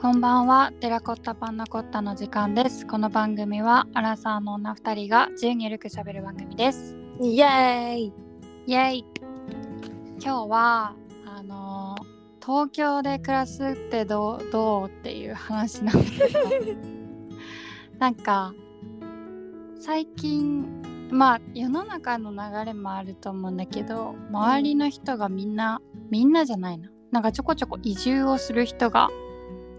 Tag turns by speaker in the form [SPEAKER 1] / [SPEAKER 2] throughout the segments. [SPEAKER 1] こんばんは、テラコッタパンナコッタの時間です。この番組はアラサーの女二人が自由にゆるく喋る番組です。
[SPEAKER 2] イエーイ
[SPEAKER 1] イエイ。今日はあのー東京で暮らすってどうどうっていう話なんです けど、なんか最近まあ世の中の流れもあると思うんだけど、周りの人がみんなみんなじゃないな。なんかちょこちょこ移住をする人が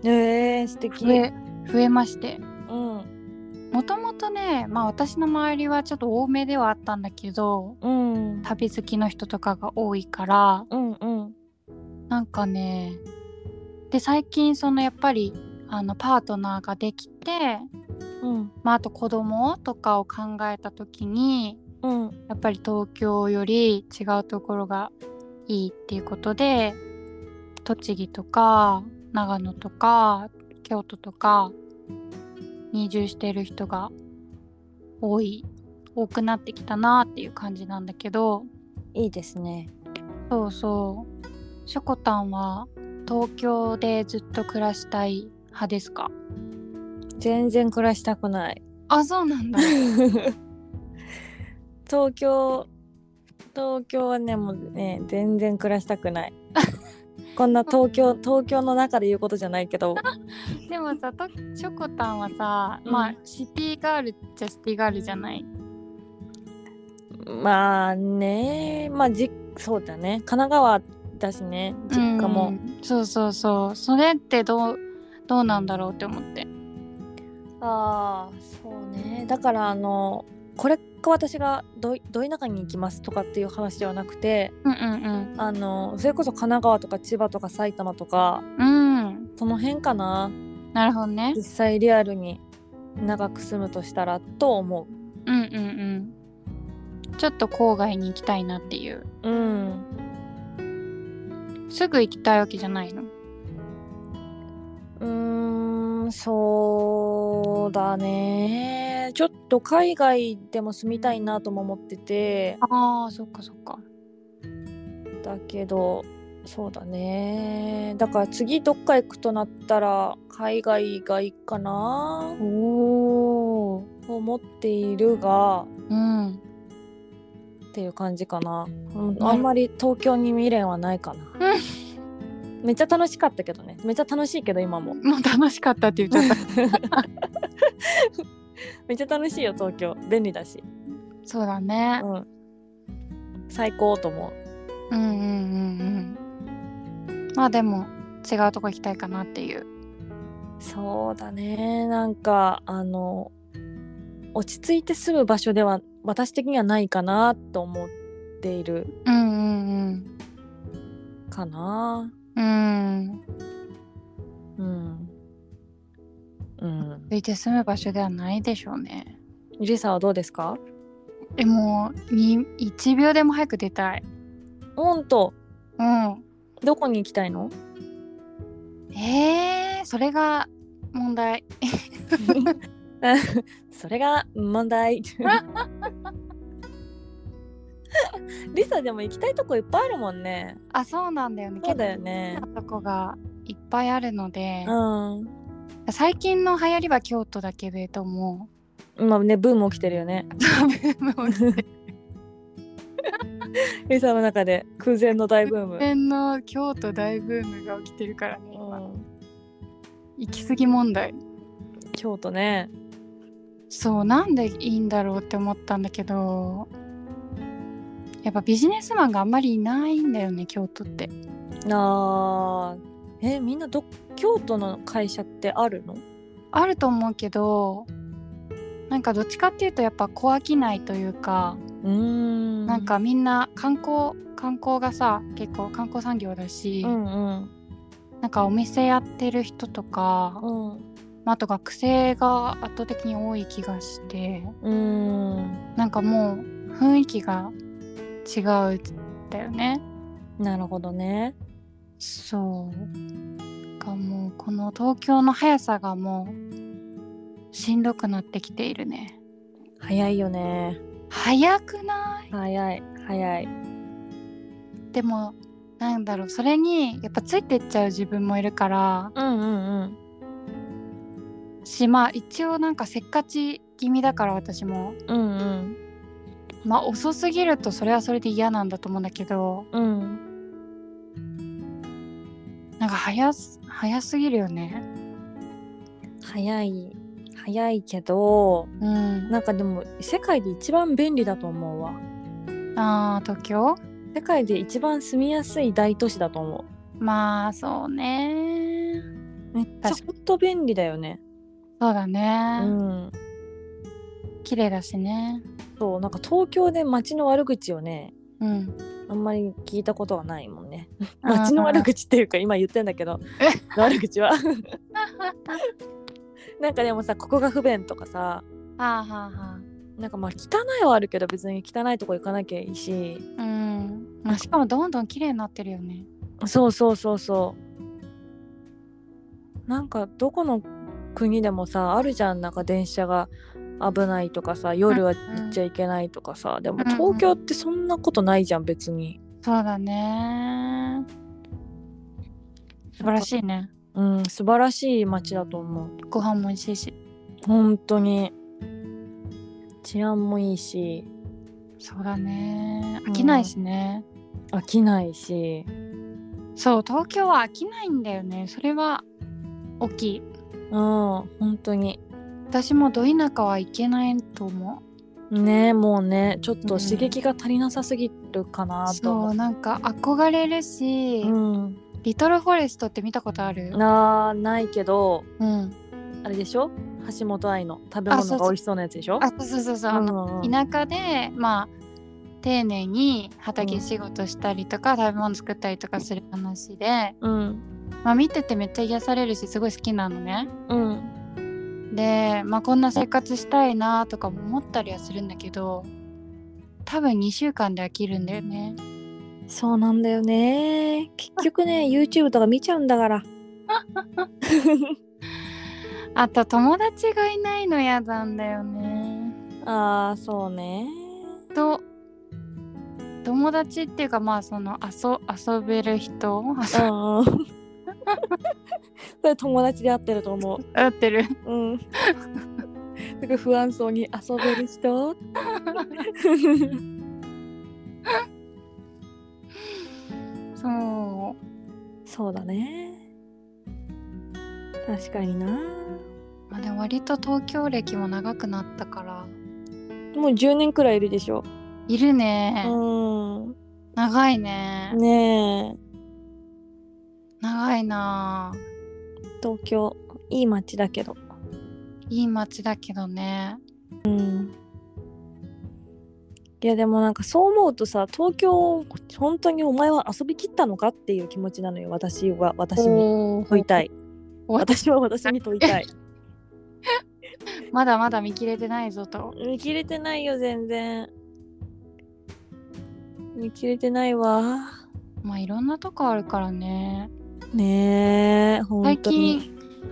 [SPEAKER 2] えー、素敵、
[SPEAKER 1] 増え増えまして
[SPEAKER 2] うん
[SPEAKER 1] もともとね、まあ、私の周りはちょっと多めではあったんだけど
[SPEAKER 2] うん
[SPEAKER 1] 旅好きの人とかが多いから
[SPEAKER 2] うんうん
[SPEAKER 1] なんかねで最近そのやっぱりあのパートナーができて、
[SPEAKER 2] うん
[SPEAKER 1] まあ、あと子供とかを考えた時に
[SPEAKER 2] うん
[SPEAKER 1] やっぱり東京より違うところがいいっていうことで栃木とか長野とか京都とかに移住してる人が多い多くなってきたなっていう感じなんだけど
[SPEAKER 2] いいですね
[SPEAKER 1] そうそうしょこたんは東京でずっと暮らしたい派ですか
[SPEAKER 2] 全然暮らしたくない
[SPEAKER 1] あそう なんだ
[SPEAKER 2] 東京東京はねもうね全然暮らしたくないこんな東 京東京の中で言うことじゃないけど
[SPEAKER 1] でもさとしょこたんはさ、
[SPEAKER 2] うん
[SPEAKER 1] まあシティガールっちゃシティガールじゃない
[SPEAKER 2] まあねまあじそうだね神奈川だしね実家も、
[SPEAKER 1] うんそうそうそうそれってどうどうなんだろうって思って
[SPEAKER 2] ああそうねだからあのこれから私がどいど田舎に行きますとかっていう話ではなくて
[SPEAKER 1] うんうん
[SPEAKER 2] あのそれこそ神奈川とか千葉とか埼玉とか
[SPEAKER 1] うんうん
[SPEAKER 2] その辺かな
[SPEAKER 1] なるほどね
[SPEAKER 2] 実際リアルに長く住むとしたらと思
[SPEAKER 1] うんうんうんちょっと郊外に行きたいなっていう
[SPEAKER 2] ううん
[SPEAKER 1] すぐ行きたいわけじゃないの
[SPEAKER 2] うーんそうだねちょっと海外でも住みたいなとも思ってて
[SPEAKER 1] あーそっかそっか
[SPEAKER 2] だけどそうだねだから次どっか行くとなったら海外がいいかな
[SPEAKER 1] おお
[SPEAKER 2] と思っているが
[SPEAKER 1] うん
[SPEAKER 2] っていう感じかな、うん、あんまり東京に未練はないかなめっちゃ楽しかったけどねめっちゃ楽しいけど今も
[SPEAKER 1] もう楽しかったって言っちゃった
[SPEAKER 2] めっちゃ楽しいよ東京便利だし、
[SPEAKER 1] そうだね
[SPEAKER 2] うん、最高と思う
[SPEAKER 1] うんうんうんうんまあでも違うとこ行きたいかなっていう
[SPEAKER 2] そうだねなんかあの落ち着いて住む場所では私的にはないかなと思っている
[SPEAKER 1] うんうん
[SPEAKER 2] かな
[SPEAKER 1] うんうん
[SPEAKER 2] うんうん
[SPEAKER 1] ついて住む場所ではないでしょうね
[SPEAKER 2] ゆりさんはどうですか
[SPEAKER 1] でもに1秒でも早く出たい。
[SPEAKER 2] ほんと
[SPEAKER 1] うん。
[SPEAKER 2] どこに行きたいの
[SPEAKER 1] えー、それが問題。
[SPEAKER 2] それが問題りさでも行きたいとこいっぱいあるもんね
[SPEAKER 1] あそうなんだよね。
[SPEAKER 2] そうだよ
[SPEAKER 1] 結構
[SPEAKER 2] ね
[SPEAKER 1] 好きなとこがいっぱいあるので、
[SPEAKER 2] うん
[SPEAKER 1] 最近の流行りは京都だけれども
[SPEAKER 2] 今ねブーム起きてるよね
[SPEAKER 1] ブーム起きて
[SPEAKER 2] りさの中で空前の大ブーム、
[SPEAKER 1] 天の京都大ブームが起きてるからね
[SPEAKER 2] う
[SPEAKER 1] 今
[SPEAKER 2] ん、
[SPEAKER 1] 行き過ぎ問題
[SPEAKER 2] 京都ね
[SPEAKER 1] そうなんでいいんだろうって思ったんだけどやっぱビジネスマンがあんまりいないんだよね京都って
[SPEAKER 2] あーえみんなど京都の会社ってあるの
[SPEAKER 1] あると思うけどなんかどっちかっていうとやっぱ小飽きないというか、
[SPEAKER 2] うーん
[SPEAKER 1] なんかみんな観光観光がさ結構観光産業だし、
[SPEAKER 2] うんうん
[SPEAKER 1] なんかお店やってる人とか、
[SPEAKER 2] うん
[SPEAKER 1] まあ、あと学生が圧倒的に多い気がして
[SPEAKER 2] うーん
[SPEAKER 1] なんかもう雰囲気が違うんだよね。
[SPEAKER 2] なるほどね。
[SPEAKER 1] そうかもうこの東京の速さがもうしんどくなってきているね。
[SPEAKER 2] 早いよね。
[SPEAKER 1] 早くない
[SPEAKER 2] 早い早い。
[SPEAKER 1] でもなんだろうそれにやっぱついてっちゃう自分もいるから
[SPEAKER 2] うんうんうん。
[SPEAKER 1] しまあ一応なんかせっかち気味だから私も
[SPEAKER 2] うんうん
[SPEAKER 1] まあ遅すぎるとそれはそれで嫌なんだと思うんだけど
[SPEAKER 2] うん
[SPEAKER 1] なんか早す早すぎるよね
[SPEAKER 2] 早い早いけど
[SPEAKER 1] うん
[SPEAKER 2] なんかでも世界で一番便利だと思うわ
[SPEAKER 1] あー東京
[SPEAKER 2] 世界で一番住みやすい大都市だと思
[SPEAKER 1] まあそうね
[SPEAKER 2] うめっちゃほんと便利だよね
[SPEAKER 1] そうだ
[SPEAKER 2] う
[SPEAKER 1] ね、
[SPEAKER 2] ん
[SPEAKER 1] 綺麗だしね
[SPEAKER 2] そうなんか東京で街の悪口をね
[SPEAKER 1] うん
[SPEAKER 2] あんまり聞いたことはないもんね
[SPEAKER 1] あー
[SPEAKER 2] 街の悪口っていうか今言ってんだけど悪口 はなんかでもさここが不便とかさ
[SPEAKER 1] あーはーは
[SPEAKER 2] なんかまあ汚いはあるけど別に汚いとこ行かなきゃいいし
[SPEAKER 1] ーうん、まあ、しかもどんどん綺麗になってるよね
[SPEAKER 2] そうそうそうそうなんかどこの国でもさあるじゃんなんか電車が危ないとかさ夜は行っちゃいけないとかさでも
[SPEAKER 1] うんうん
[SPEAKER 2] 東京ってそんなことないじゃん別に
[SPEAKER 1] そうだね素晴らしいね
[SPEAKER 2] うん素晴らしい街だと思う
[SPEAKER 1] ご飯も美味しいし
[SPEAKER 2] 本当に治安もいいし
[SPEAKER 1] そうだね
[SPEAKER 2] うん
[SPEAKER 1] 飽きないしね、
[SPEAKER 2] 飽きないし
[SPEAKER 1] そう東京は飽きないんだよねそれは大きい
[SPEAKER 2] うん本当に
[SPEAKER 1] 私もど田舎はいけないと思
[SPEAKER 2] ねえもうねちょっ
[SPEAKER 1] う
[SPEAKER 2] と
[SPEAKER 1] ん
[SPEAKER 2] 刺激が足りなさすぎるかな
[SPEAKER 1] う
[SPEAKER 2] と
[SPEAKER 1] そ
[SPEAKER 2] 思
[SPEAKER 1] う
[SPEAKER 2] う、
[SPEAKER 1] なんか憧れるし、
[SPEAKER 2] うん、
[SPEAKER 1] リトルフォレストって見たことある
[SPEAKER 2] なないけど
[SPEAKER 1] うん
[SPEAKER 2] あれでしょ橋本愛の食べ物が美味しそうなやつでしょ
[SPEAKER 1] あそうそうそうそう、あの
[SPEAKER 2] の
[SPEAKER 1] 田舎でまあ丁寧に畑仕事したりとか、食べ物作ったりとかする話で、
[SPEAKER 2] うん
[SPEAKER 1] まあ、見ててめっちゃ癒されるしすごい好きなのね
[SPEAKER 2] うん
[SPEAKER 1] で、まあ、こんな生活したいなとかも思ったりはするんだけど多分2週間で飽きるんだよね
[SPEAKER 2] そうなんだよね結局ね YouTube とか見ちゃうんだから
[SPEAKER 1] あと友達がいないの嫌なんだよね
[SPEAKER 2] あーそうね
[SPEAKER 1] と友達っていうかまあその遊遊べる人
[SPEAKER 2] うん それ友達で会ってると思う
[SPEAKER 1] 合ってる
[SPEAKER 2] うん。すごい不安そうに遊べる人。
[SPEAKER 1] そう
[SPEAKER 2] そうだね。確かにな。
[SPEAKER 1] まあ、でも割と東京歴も長くなったから
[SPEAKER 2] もう10年くらいいるでしょ。
[SPEAKER 1] いるね、
[SPEAKER 2] う
[SPEAKER 1] 長いね
[SPEAKER 2] ん。ねえ、
[SPEAKER 1] 長いなあ
[SPEAKER 2] 東京いい街だけど。
[SPEAKER 1] いい街だけどね
[SPEAKER 2] うん。いやでもなんかそう思うとさ東京本当にお前は遊びきったのかっていう気持ちなのよ私は私に
[SPEAKER 1] お
[SPEAKER 2] 問いたい
[SPEAKER 1] お
[SPEAKER 2] 私は私に問 いたい
[SPEAKER 1] まだまだ見切れてないぞと
[SPEAKER 2] 見切れてないよ全然見切れてないわ
[SPEAKER 1] まあいろんなとこあるからね
[SPEAKER 2] ねえ本
[SPEAKER 1] 最
[SPEAKER 2] 当に
[SPEAKER 1] 近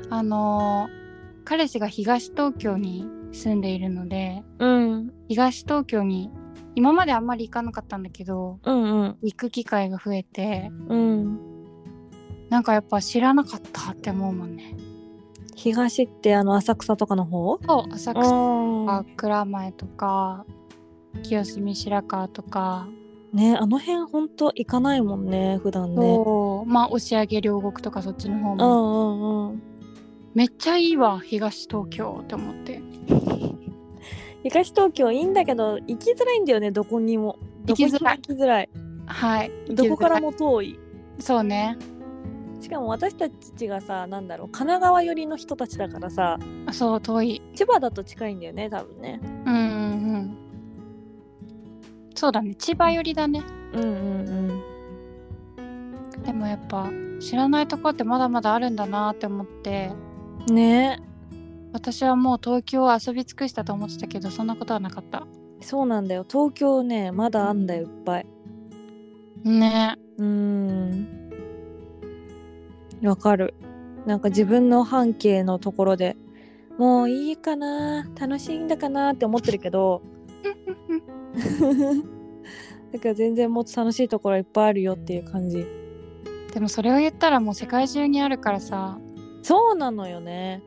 [SPEAKER 1] あのー彼氏が東東京に住んでいるので
[SPEAKER 2] うん
[SPEAKER 1] 東東京に今まであんまり行かなかったんだけど
[SPEAKER 2] うん
[SPEAKER 1] 行く機会が増えて
[SPEAKER 2] うんうん
[SPEAKER 1] なんかやっぱ知らなかったって思うもんね
[SPEAKER 2] 東ってあの浅草とかの方
[SPEAKER 1] そう浅
[SPEAKER 2] う
[SPEAKER 1] 草と
[SPEAKER 2] ん
[SPEAKER 1] か蔵前とか清澄白河とか、
[SPEAKER 2] ねあの辺本当行かないもんね普段ね
[SPEAKER 1] そうまあ押上両国とかそっちの方も、
[SPEAKER 2] うんうんうん
[SPEAKER 1] めっちゃいいわ東東京って思って
[SPEAKER 2] 東東京いいんだけど行きづらいんだよねどこにもどこに
[SPEAKER 1] 行き
[SPEAKER 2] も
[SPEAKER 1] づらい
[SPEAKER 2] 行きづらい
[SPEAKER 1] はい
[SPEAKER 2] どこから
[SPEAKER 1] も
[SPEAKER 2] も遠い
[SPEAKER 1] そうね
[SPEAKER 2] しかも私たちがさなんだろう神奈川寄りの人たちだからさ
[SPEAKER 1] あそう遠い
[SPEAKER 2] 千葉だと近いんだよね多分ね
[SPEAKER 1] うんうんうんそうだね千葉寄りだね
[SPEAKER 2] うんうん
[SPEAKER 1] でもやっぱ知らないとこってまだまだあるんだなって思って
[SPEAKER 2] うんね
[SPEAKER 1] 私はもう東京を遊び尽くしたと思ってたけどそんなことはなかった
[SPEAKER 2] そうなんだよ東京ねまだあんだよいっぱい
[SPEAKER 1] ね
[SPEAKER 2] うーんわかるなんか自分の半径のところでもういいかな楽しいんだかなって思ってるけどだから全然もっと楽しいところいっぱいあるよっていう感じ
[SPEAKER 1] でもそれを言ったらもう世界中にあるからさ
[SPEAKER 2] そうなのよね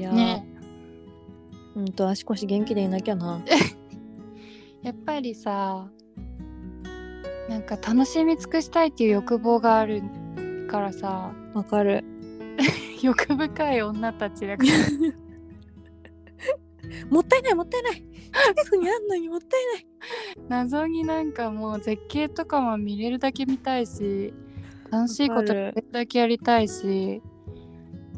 [SPEAKER 2] やー、
[SPEAKER 1] ね
[SPEAKER 2] うんと足腰元気でいなきゃな
[SPEAKER 1] やっぱりさなんか楽しみ尽くしたいっていう欲望があるからさ
[SPEAKER 2] わかる
[SPEAKER 1] 欲深い女たちだから
[SPEAKER 2] もったいないもったいない近くにあんのにもった いない
[SPEAKER 1] 謎になんかもう絶景とかも見れるだけ見たいし楽しいこと
[SPEAKER 2] わかる
[SPEAKER 1] やれるだけやりたいし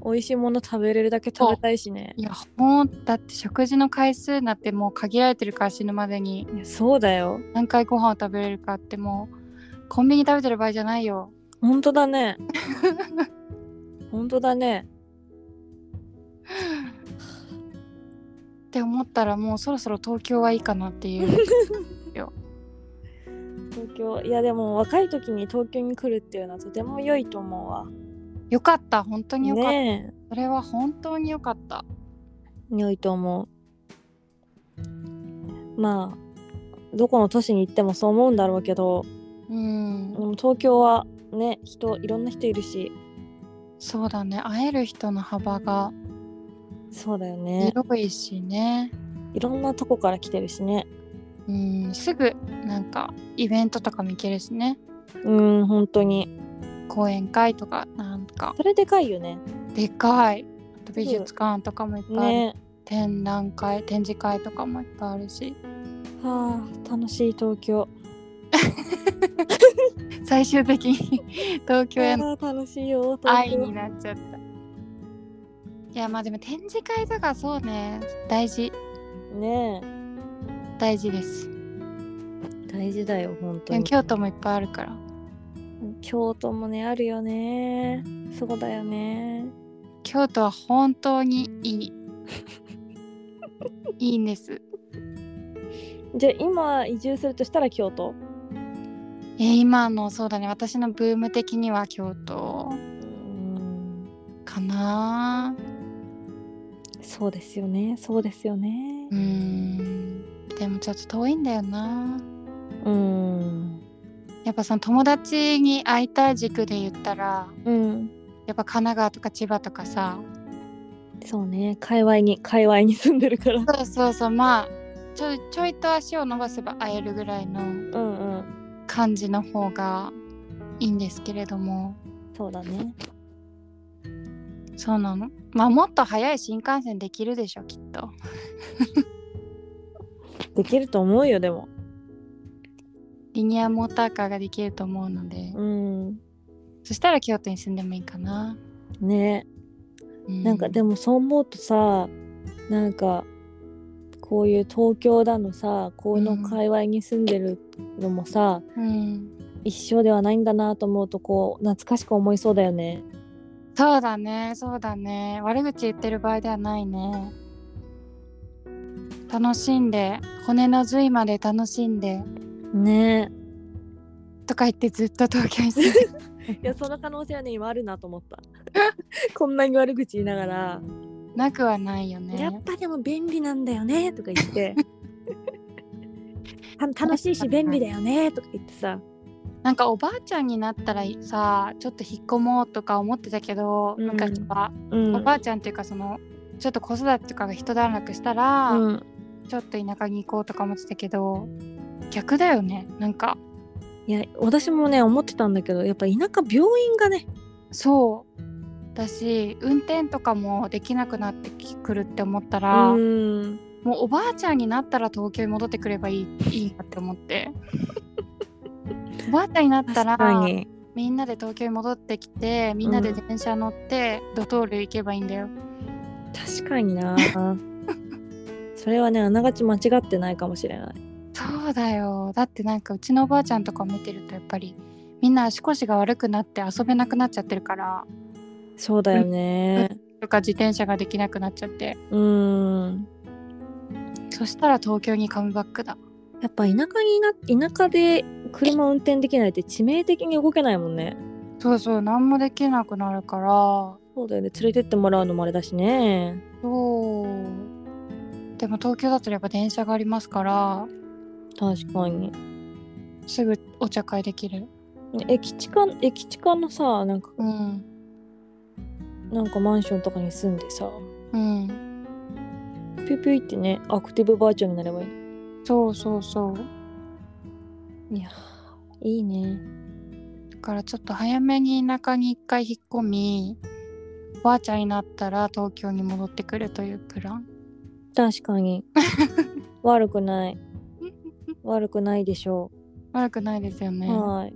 [SPEAKER 2] 美味しいもの食べれるだけ食べたいしね
[SPEAKER 1] いやもうだって食事の回数なんてもう限られてるから死ぬまでに
[SPEAKER 2] いやそうだよ
[SPEAKER 1] 何回ご飯を食べれるかってもうコンビニ食べてる場合じゃないよ
[SPEAKER 2] 本当 だね本当だね
[SPEAKER 1] って思ったらもうそろそろ東京はいいかなっていう
[SPEAKER 2] 東京いやでも若い時に東京に来るっていうのはとても良いと思うわ
[SPEAKER 1] よかった本当によかった、
[SPEAKER 2] ね
[SPEAKER 1] それは本当によかった
[SPEAKER 2] え良いと思うまあどこの都市に行ってもそう思うんだろうけど
[SPEAKER 1] うん
[SPEAKER 2] でも東京はね人いろんな人いるし
[SPEAKER 1] そうだね会える人の幅が
[SPEAKER 2] そうだよね
[SPEAKER 1] 広いしね
[SPEAKER 2] いろんなとこから来てるしね
[SPEAKER 1] うんすぐなんかイベントとかも行けるしね
[SPEAKER 2] うん本当に
[SPEAKER 1] 講演会とかなんか
[SPEAKER 2] それでかいよね
[SPEAKER 1] でかいあと美術館とかもいっぱいある、
[SPEAKER 2] ね
[SPEAKER 1] 展覧会展示会とかもいっぱいあるし
[SPEAKER 2] えはあ楽しい東京
[SPEAKER 1] 最終的に 東京への
[SPEAKER 2] ああ楽しいよ東
[SPEAKER 1] 愛
[SPEAKER 2] 京
[SPEAKER 1] になっちゃったいやまあでも展示会とかそうね大事
[SPEAKER 2] ね
[SPEAKER 1] 大事です
[SPEAKER 2] え大事だよ本当
[SPEAKER 1] でも
[SPEAKER 2] に
[SPEAKER 1] 京都もいっぱいあるから
[SPEAKER 2] 京都もねあるよねそうだよね
[SPEAKER 1] 京都は本当にいい いいんです
[SPEAKER 2] じゃあ今移住するとしたら京都
[SPEAKER 1] えー今のそうだね私のブーム的には京都
[SPEAKER 2] うん
[SPEAKER 1] かな
[SPEAKER 2] そうですよねそうですよね
[SPEAKER 1] うーんでもちょっと遠いんだよな
[SPEAKER 2] うん
[SPEAKER 1] やっぱその友達に会いたい軸で言ったら
[SPEAKER 2] うん
[SPEAKER 1] やっぱ神奈川とか千葉とかさ
[SPEAKER 2] そうね界隈に界隈に住んでるから
[SPEAKER 1] そうそうそうまあちょいちょいと足を伸ばせば会えるぐらいの
[SPEAKER 2] うんうん
[SPEAKER 1] 感じの方がいいんですけれども
[SPEAKER 2] そうだね
[SPEAKER 1] そうなのまあもっと早い新幹線できるでしょきっと
[SPEAKER 2] できると思うよでも
[SPEAKER 1] リニアモーターカーができると思うので、
[SPEAKER 2] うん
[SPEAKER 1] そしたら京都に住んでもいいかな、
[SPEAKER 2] ね
[SPEAKER 1] う
[SPEAKER 2] なんかでもそう思うとさなんかこういう東京だのさこういうの界隈に住んでるのもさ、
[SPEAKER 1] うん
[SPEAKER 2] 一生ではないんだなと思うとこう懐かしく思いそうだよね
[SPEAKER 1] そうだねそうだね悪口言ってる場合ではないね楽しんで骨の髄まで楽しんで
[SPEAKER 2] ね
[SPEAKER 1] とか言ってずっと東京に住ん で
[SPEAKER 2] いやその可能性はね今あるなと思った こんなに悪口言いながら、
[SPEAKER 1] なくはないよね
[SPEAKER 2] やっぱでも便利なんだよねとか言って た楽しいし便利だよねとか言ってさ
[SPEAKER 1] なんかおばあちゃんになったらさちょっと引っ込もうとか思ってたけど、
[SPEAKER 2] うん
[SPEAKER 1] 昔は、
[SPEAKER 2] うん
[SPEAKER 1] おばあちゃんっていうかそのちょっと子育てとかが一段落したら、
[SPEAKER 2] うん、
[SPEAKER 1] ちょっと田舎に行こうとか思ってたけど逆だよねなんか
[SPEAKER 2] いや私もね思ってたんだけどやっぱ田舎病院がね
[SPEAKER 1] そうだし運転とかもできなくなってくるって思った
[SPEAKER 2] う
[SPEAKER 1] ら、
[SPEAKER 2] ん
[SPEAKER 1] もうおばあちゃんになったら東京に戻ってくればいいいいなって思って おばあちゃんになった
[SPEAKER 2] 確
[SPEAKER 1] ら
[SPEAKER 2] かに
[SPEAKER 1] みんなで東京に戻ってきてみんなで電車乗って、ドトール行けばいいんだよ
[SPEAKER 2] 確かにな それはねあながち間違ってないかもしれない
[SPEAKER 1] そうだよだってなんかうちのおばあちゃんとかを見てるとやっぱりみんな足腰が悪くなって遊べなくなっちゃってるから
[SPEAKER 2] そうだよね
[SPEAKER 1] とか自転車ができなくなっちゃって
[SPEAKER 2] うん
[SPEAKER 1] そしたら東京にカムバックだ
[SPEAKER 2] やっぱ田舎にな田舎で車運転できないって致命的に動けないもんね
[SPEAKER 1] そうそう何もできなくなるから
[SPEAKER 2] そうだよね連れてってもらうのもあれだしね
[SPEAKER 1] そうでも東京だとやっぱ電車がありますから
[SPEAKER 2] 確かに
[SPEAKER 1] すぐお茶会できる
[SPEAKER 2] 駅地下駅地下のさなんか
[SPEAKER 1] うん
[SPEAKER 2] なんかマンションとかに住んでさ
[SPEAKER 1] ううん
[SPEAKER 2] ピュピュイってねアクティブバーチャルになればいい
[SPEAKER 1] そうそうそう
[SPEAKER 2] いやーいいね
[SPEAKER 1] だからちょっと早めに田舎に一回引っ込みおばあちゃんになったら東京に戻ってくるというプラン
[SPEAKER 2] 確 かに悪くない悪くないでしょ
[SPEAKER 1] 悪くないですよ
[SPEAKER 2] う、
[SPEAKER 1] ね、
[SPEAKER 2] は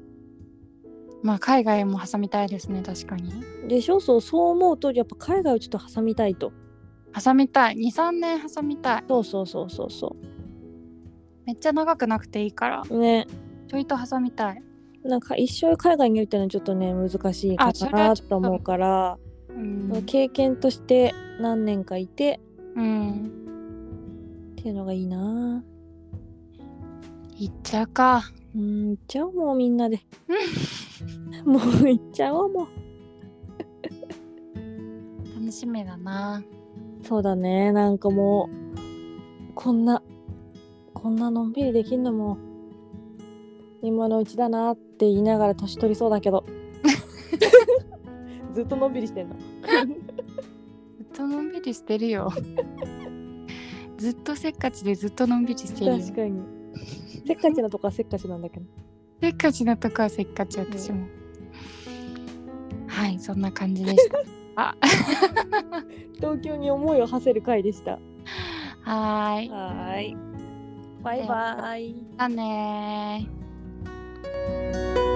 [SPEAKER 1] まあ海外も挟みたいですね確かに
[SPEAKER 2] いでしょそうそう思うとやっぱ海外をちょっと挟みたいと
[SPEAKER 1] 挟みたい23年挟みたい
[SPEAKER 2] そうそうそうそうそ
[SPEAKER 1] めっちゃ長くなくていいから
[SPEAKER 2] うね
[SPEAKER 1] ちょいと挟みたい
[SPEAKER 2] なんか一生海外にいるっていうのはちょっとね難しいか
[SPEAKER 1] あそれ
[SPEAKER 2] な
[SPEAKER 1] はちょっと
[SPEAKER 2] と思うから、
[SPEAKER 1] うん、
[SPEAKER 2] 経験として何年かいて
[SPEAKER 1] うん、
[SPEAKER 2] っていうのがいいな
[SPEAKER 1] 行っちゃうか
[SPEAKER 2] うん行っちゃおうもうみん なでもう行っちゃおうもう
[SPEAKER 1] 楽しみだな
[SPEAKER 2] そうだねなんかもうこんなこんなのんびりできんのも今のうちだなって言いながら年取りそうだけど ずっとのんびりしてんの
[SPEAKER 1] ずっとのんびりしてるよ ずっとせっかちでずっとのんびりしてるよ
[SPEAKER 2] 確かにせっかちなとこはせっかちなんだけど
[SPEAKER 1] せっかちなとこはせっかち私も、はいそんな感じでした
[SPEAKER 2] 東京に思いを馳せる回でした
[SPEAKER 1] はーい
[SPEAKER 2] はーいバイバーイ
[SPEAKER 1] だねー